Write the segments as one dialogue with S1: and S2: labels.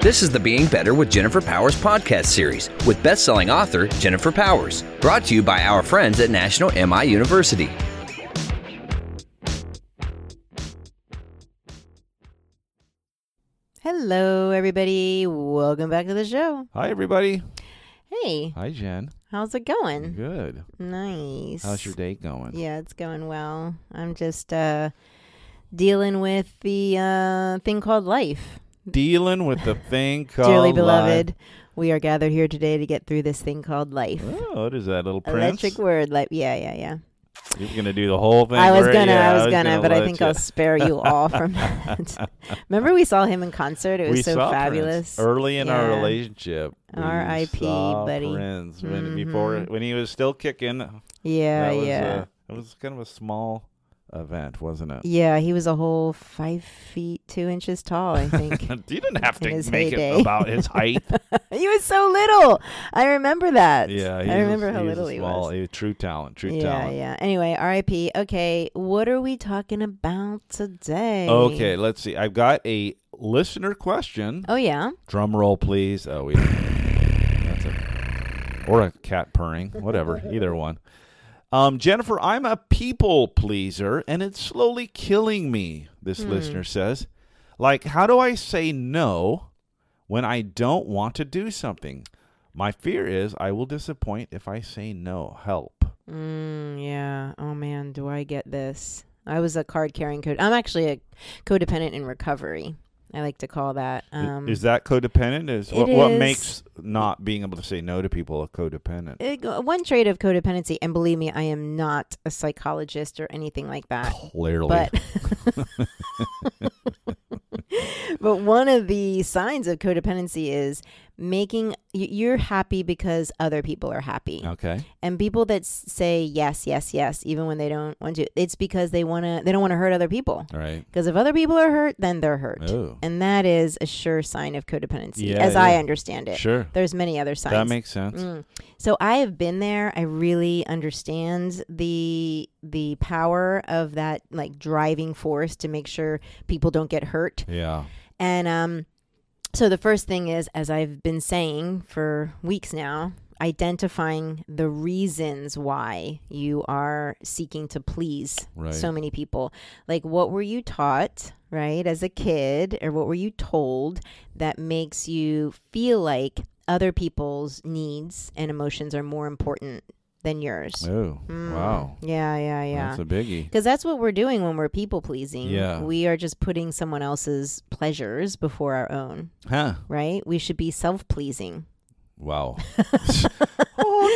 S1: This is the Being Better with Jennifer Powers podcast series with best-selling author Jennifer Powers, brought to you by our friends at National MI University.
S2: Hello, everybody. Welcome back to the show.
S3: Hi, everybody.
S2: Hey,
S3: Hi, Jen.
S2: how's it going?
S3: Good.
S2: Nice.
S3: How's your day going?
S2: Yeah, it's going well. I'm just uh, dealing with the uh, thing called life.
S3: Dealing with the thing called
S2: Dearly
S3: life.
S2: beloved, we are gathered here today to get through this thing called life.
S3: Oh, what is that little prince?
S2: Electric word, like yeah, yeah, yeah.
S3: You're gonna do the whole thing.
S2: I was
S3: right?
S2: gonna,
S3: Yeah,
S2: I was gonna, but I
S3: let
S2: think
S3: you.
S2: I'll spare you all from that. Remember, we saw him in concert. It was
S3: we
S2: so
S3: saw
S2: fabulous.
S3: Prince Er, early in our
S2: Yeah.
S3: relationship. we
S2: R.I.P.,
S3: saw
S2: buddy. Mm-hmm.
S3: Prince when before when he was still kicking.
S2: yeah,
S3: that was uh,
S2: yeah,
S3: A, it was kind of a small event, wasn't it?
S2: yeah. He was a whole five feet two inches tall. I think
S3: you didn't have to
S2: In his
S3: make
S2: heyday.
S3: it about his height.
S2: he was so little. I remember that.
S3: yeah, he's
S2: I
S3: a-
S2: remember how
S3: he's a
S2: little he
S3: small-
S2: was.
S3: a true talent. True
S2: yeah,
S3: talent.
S2: yeah. Anyway, R.I.P. Okay, what are we talking about today?
S3: Okay, let's see. I've got a listener question.
S2: Oh yeah.
S3: Drum roll, please. Oh, we. That's a, or a cat purring, whatever, either one. Um, Jennifer, I'm a people pleaser, and it's slowly killing me. This
S2: Hmm.
S3: listener says, like, how do I say no when I don't want to do something? My fear is I will disappoint if I say no. Help.
S2: Mm, yeah. Oh man, do I get this? I was a card carrying code. I'm actually a codependent in recovery. I like to call that.
S3: I-
S2: Um,
S3: is that codependent? Is
S2: it
S3: what, what
S2: is-
S3: makes not being able to say no to people a codependent?
S2: it go- one trait of codependency, and believe me, I am not a psychologist or anything like that.
S3: Clearly,
S2: But but one of the signs of codependency is making y- you're happy because other people are happy.
S3: Okay.
S2: and people that s- say yes yes yes even when they don't want to it's because they want to they don't want to hurt other people
S3: All right.
S2: because if other people are hurt then they're hurt
S3: Oh.
S2: and that is a sure sign of codependency
S3: Yeah,
S2: as
S3: it
S2: i
S3: is.
S2: understand it
S3: Sure.
S2: there's many other signs
S3: That makes sense.
S2: Mm. so i have been there i really understand the the power of that like driving force to make sure people don't get hurt
S3: Yeah.
S2: and um, so the first thing is, as I've been saying for weeks now, identifying the reasons why you are seeking to please
S3: Right.
S2: so many people. Like, what were you taught, right, as a kid, or what were you told that makes you feel like other people's needs and emotions are more important than yours?
S3: oh. Wow.
S2: Yeah, yeah, Mm. yeah.
S3: That's a biggie.
S2: Because that's what we're doing when we're people pleasing.
S3: Yeah.
S2: We are just putting someone else's pleasures before our own,
S3: Huh.
S2: right? We should be self pleasing.
S3: Wow.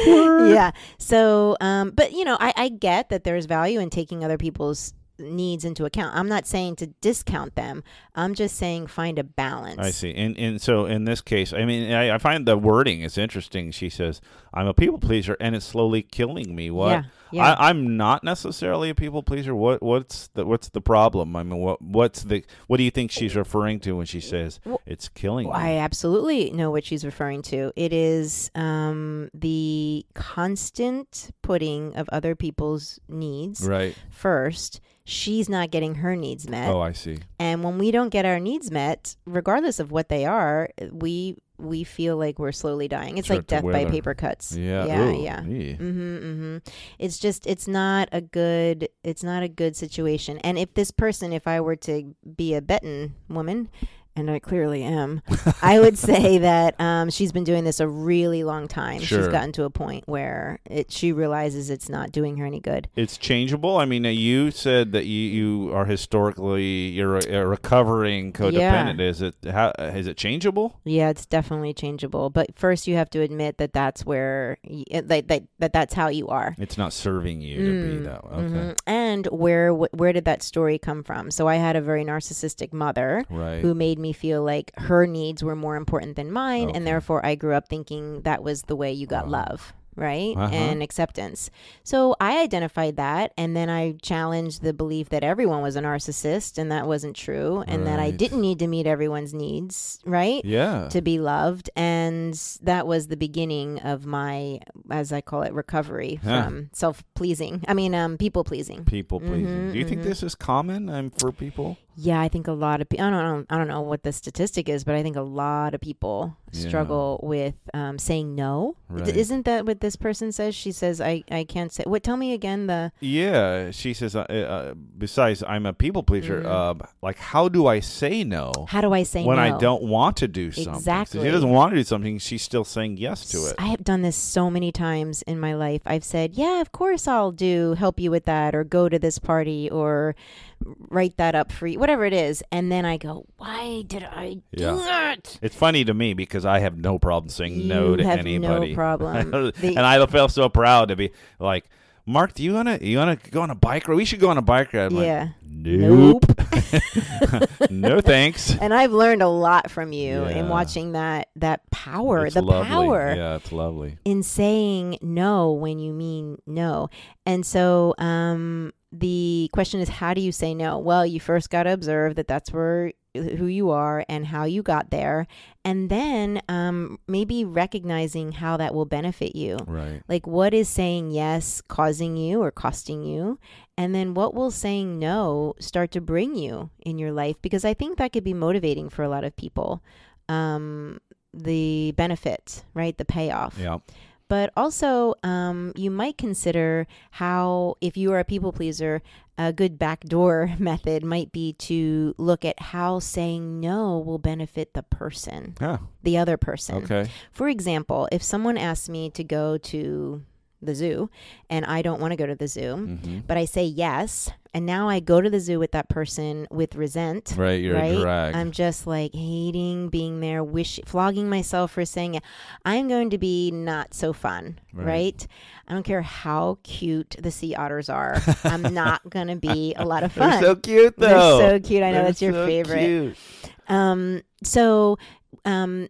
S2: Yeah. So, um, but you know, I, I get that there's value in taking other people's needs into account. I'm not saying to discount them, I'm just saying find a balance.
S3: I see. And and so in this case, I mean, I, I find the wording is interesting. She says, "I'm a people pleaser, and it's slowly killing me." What?
S2: Yeah, yeah.
S3: I, I'm not necessarily a people pleaser. What? What's the What's the problem? I mean, what? What's the? What do you think she's referring to when she says it's killing
S2: I
S3: me?
S2: absolutely know what she's referring to. It is um, the constant putting of other people's needs
S3: Right.
S2: first, she's not getting her needs met.
S3: Oh, I see.
S2: And when we don't get our needs met, regardless of what they are, we we feel like we're slowly dying. It's
S3: Start
S2: like
S3: to
S2: death by
S3: wither.
S2: paper cuts.
S3: Yeah.
S2: yeah,
S3: Ooh,
S2: yeah.
S3: ee.
S2: Mm-hmm, mm-hmm. It's just it's not a good it's not a good situation. And if this person, if I were to be a betting woman, and I clearly am, I would say that um, she's been doing this a really long time. She's
S3: Sure.
S2: gotten to a point where it she realizes it's not doing her any good.
S3: it's changeable. I mean, uh, you said that you, you are historically you're a, a recovering codependent. Is it how is it changeable?
S2: Yeah, it's definitely changeable. But first, you have to admit that that's where, y- eh, like, that, that that's how you are.
S3: It's not serving you to be that. way. Okay,
S2: Mhm. And where wh- where did that story come from? So I had a very narcissistic mother
S3: right.
S2: who made me feel like her needs were more important than mine, and therefore I grew up thinking that was the way you got love, right,
S3: Uh-huh.
S2: and acceptance. So I identified that, and then I challenged the belief that everyone was a narcissist, and that wasn't true, and that I
S3: Right.
S2: didn't need to meet everyone's needs, right?
S3: yeah.
S2: to be loved and that was the beginning of my as i call it recovery
S3: Huh.
S2: from self-pleasing i mean um people pleasing mm-hmm.
S3: People pleasing. Do you think this is common um, for people?
S2: Yeah, I think a lot of people. I don't, I don't, I don't know what the statistic is, but I think a lot of people
S3: Yeah.
S2: struggle with um, saying no. D-
S3: Right.
S2: Isn't that what this person says? She says, "I, I can't say." What? Tell me again. The
S3: Yeah, she says. Uh, uh, besides, I'm a people pleaser. Uh, like, how do I say no
S2: Mm-hmm. how do I say
S3: when
S2: no?
S3: I don't want to do something? So
S2: Exactly.
S3: she doesn't want to do something. She's still saying yes to it.
S2: I have done this so many times in my life. I've said, "Yeah, of course I'll do help you with that or go to this party or write that up for you, whatever it is." And then I go, "Why did I do
S3: Yeah.
S2: that?"
S3: It's funny to me because I have no problem saying no
S2: You
S3: to
S2: have no
S3: anybody.
S2: problem. The-
S3: and I felt so proud to be like, Mark, do you wanna you wanna go on a bike ride? We should go on a bike ride. I'm like,
S2: Yeah.
S3: nope. no thanks.
S2: And I've learned a lot from you in
S3: Yeah.
S2: watching that that power,
S3: It's
S2: the
S3: lovely.
S2: power
S3: Yeah, it's lovely.
S2: in saying no when you mean no. And so um, the question is, how do you say no? Well, you first got to observe that that's where who you are and how you got there, and then um, maybe recognizing how that will benefit you.
S3: Right.
S2: Like, what is saying yes causing you or costing you? And then what will saying no start to bring you in your life? Because I think that could be motivating for a lot of people. Um, the benefit, right? The payoff.
S3: Yeah.
S2: But also, um, you might consider how, if you are a people pleaser, a good backdoor method might be to look at how saying no will benefit the person,
S3: Yeah.
S2: the other person.
S3: Okay.
S2: For example, if someone asks me to go to the zoo and I don't want to go to the zoo,
S3: Mhm.
S2: but I say yes, and now I go to the zoo with that person with resent.
S3: Right, you're
S2: right?
S3: a drag.
S2: I'm just like hating being there, wish flogging myself for saying it. I'm going to be not so fun, right?
S3: Right.
S2: I don't care how cute the sea otters are. I'm not going to be a lot of
S3: They're
S2: fun.
S3: so cute
S2: They're
S3: though.
S2: so cute. I know
S3: They're
S2: that's your
S3: so
S2: favorite.
S3: cute.
S2: Um, so, um,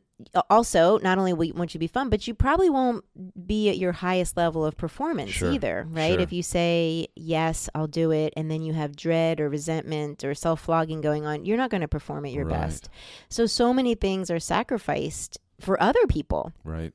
S2: also, not only will you, won't you be fun, but you probably won't be at your highest level of performance
S3: Sure,
S2: either, right?
S3: sure.
S2: If you say, yes, I'll do it, and then you have dread or resentment or self flogging going on, you're not going to perform at your
S3: Right.
S2: best. So, so many things are sacrificed for other people
S3: Right.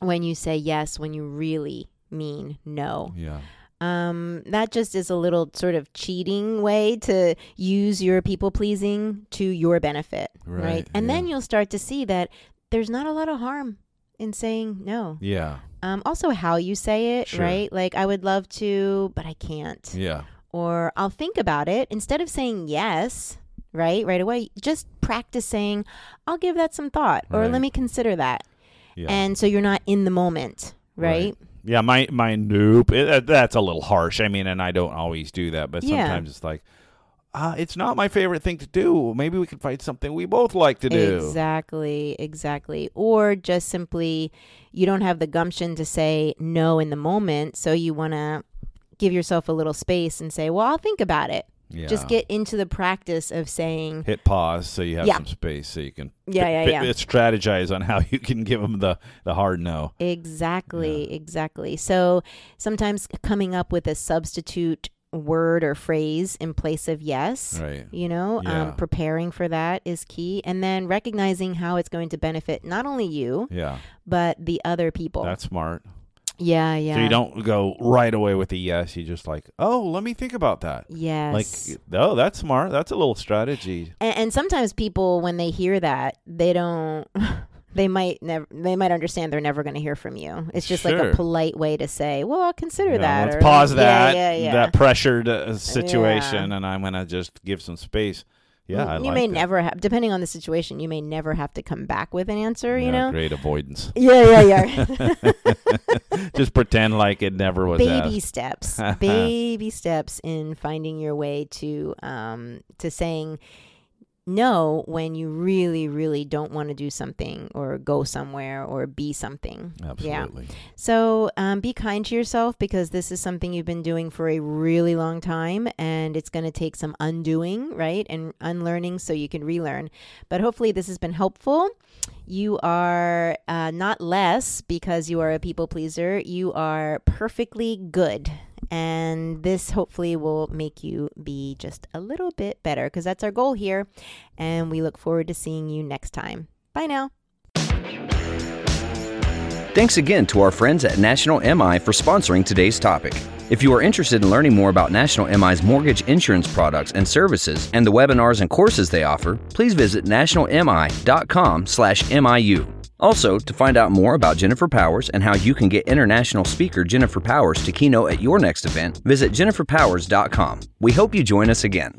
S2: when you say yes, when you really mean no
S3: Yeah.
S2: um, that just is a little sort of cheating way to use your people pleasing to your benefit, right?
S3: Right,
S2: And then
S3: yeah.
S2: you'll start to see that there's not a lot of harm in saying no.
S3: Yeah.
S2: Um, also, how you say it,
S3: Sure.
S2: right? Like, I would love to, but I can't.
S3: Yeah.
S2: Or I'll think about it. Instead of saying yes, right, right away, just practice saying, I'll give that some thought, or
S3: Right.
S2: let me consider that.
S3: Yeah.
S2: And so you're not in the moment, right?
S3: Yeah, my my nope. It, that- that's a little harsh. I mean, and I don't always do that, but
S2: Yeah.
S3: sometimes it's like, uh, it's not my favorite thing to do. Maybe we could find something we both like to do.
S2: Exactly, exactly. Or just simply, you don't have the gumption to say no in the moment, so you want to give yourself a little space and say, "Well, I'll think about it."
S3: Yeah.
S2: Just get into the practice of saying,
S3: hit pause so you have
S2: Yeah.
S3: some space so you can
S2: Yeah, yeah, yeah.
S3: strategize on how you can give them the the hard no.
S2: "Exactly, exactly." So sometimes coming up with a substitute word or phrase in place of yes.
S3: Right.
S2: You know,
S3: Yeah.
S2: um, preparing for that is key. And then recognizing how it's going to benefit not only you,
S3: Yeah,
S2: but the other people.
S3: that's smart.
S2: Yeah, yeah.
S3: So you don't go right away with a yes. You just like, oh, let me think about that.
S2: Yes.
S3: Like, oh, that's smart. That's a little strategy.
S2: and, and sometimes people, when they hear that, they don't. They might never. They might understand they're never going to hear from you. It's just like
S3: Sure.
S2: a polite way to say, "Well, I'll consider
S3: Yeah,
S2: that."
S3: Let's
S2: or,
S3: pause
S2: yeah,
S3: that
S2: Yeah, yeah.
S3: that pressured uh, situation, and I'm gonna just give some space. Yeah, I
S2: Mm, you
S3: like
S2: may
S3: that.
S2: never have, depending on the situation, you may never have to come back with an answer.
S3: Yeah,
S2: You know.
S3: great avoidance.
S2: Yeah, yeah, yeah.
S3: just pretend like it never was
S2: baby
S3: asked.
S2: steps baby steps in finding your way to um to saying no when you really really don't want to do something or go somewhere or be something yeah
S3: Absolutely.
S2: so um, be kind to yourself because this is something you've been doing for a really long time and it's going to take some undoing, right? And unlearning so you can relearn. But hopefully, this has been helpful. You are uh, not less because you are a people pleaser, you are perfectly good. And this hopefully will make you be just a little bit better because that's our goal here. And we look forward to seeing you next time. Bye now.
S1: Thanks again to our friends at National MI for sponsoring today's topic. If you are interested in learning more about National MI's mortgage insurance products and services and the webinars and courses they offer, please visit nationalmi.com/miu. Also, to find out more about Jennifer Powers and how you can get international speaker Jennifer Powers to keynote at your next event, visit jenniferpowers.com. We hope you join us again.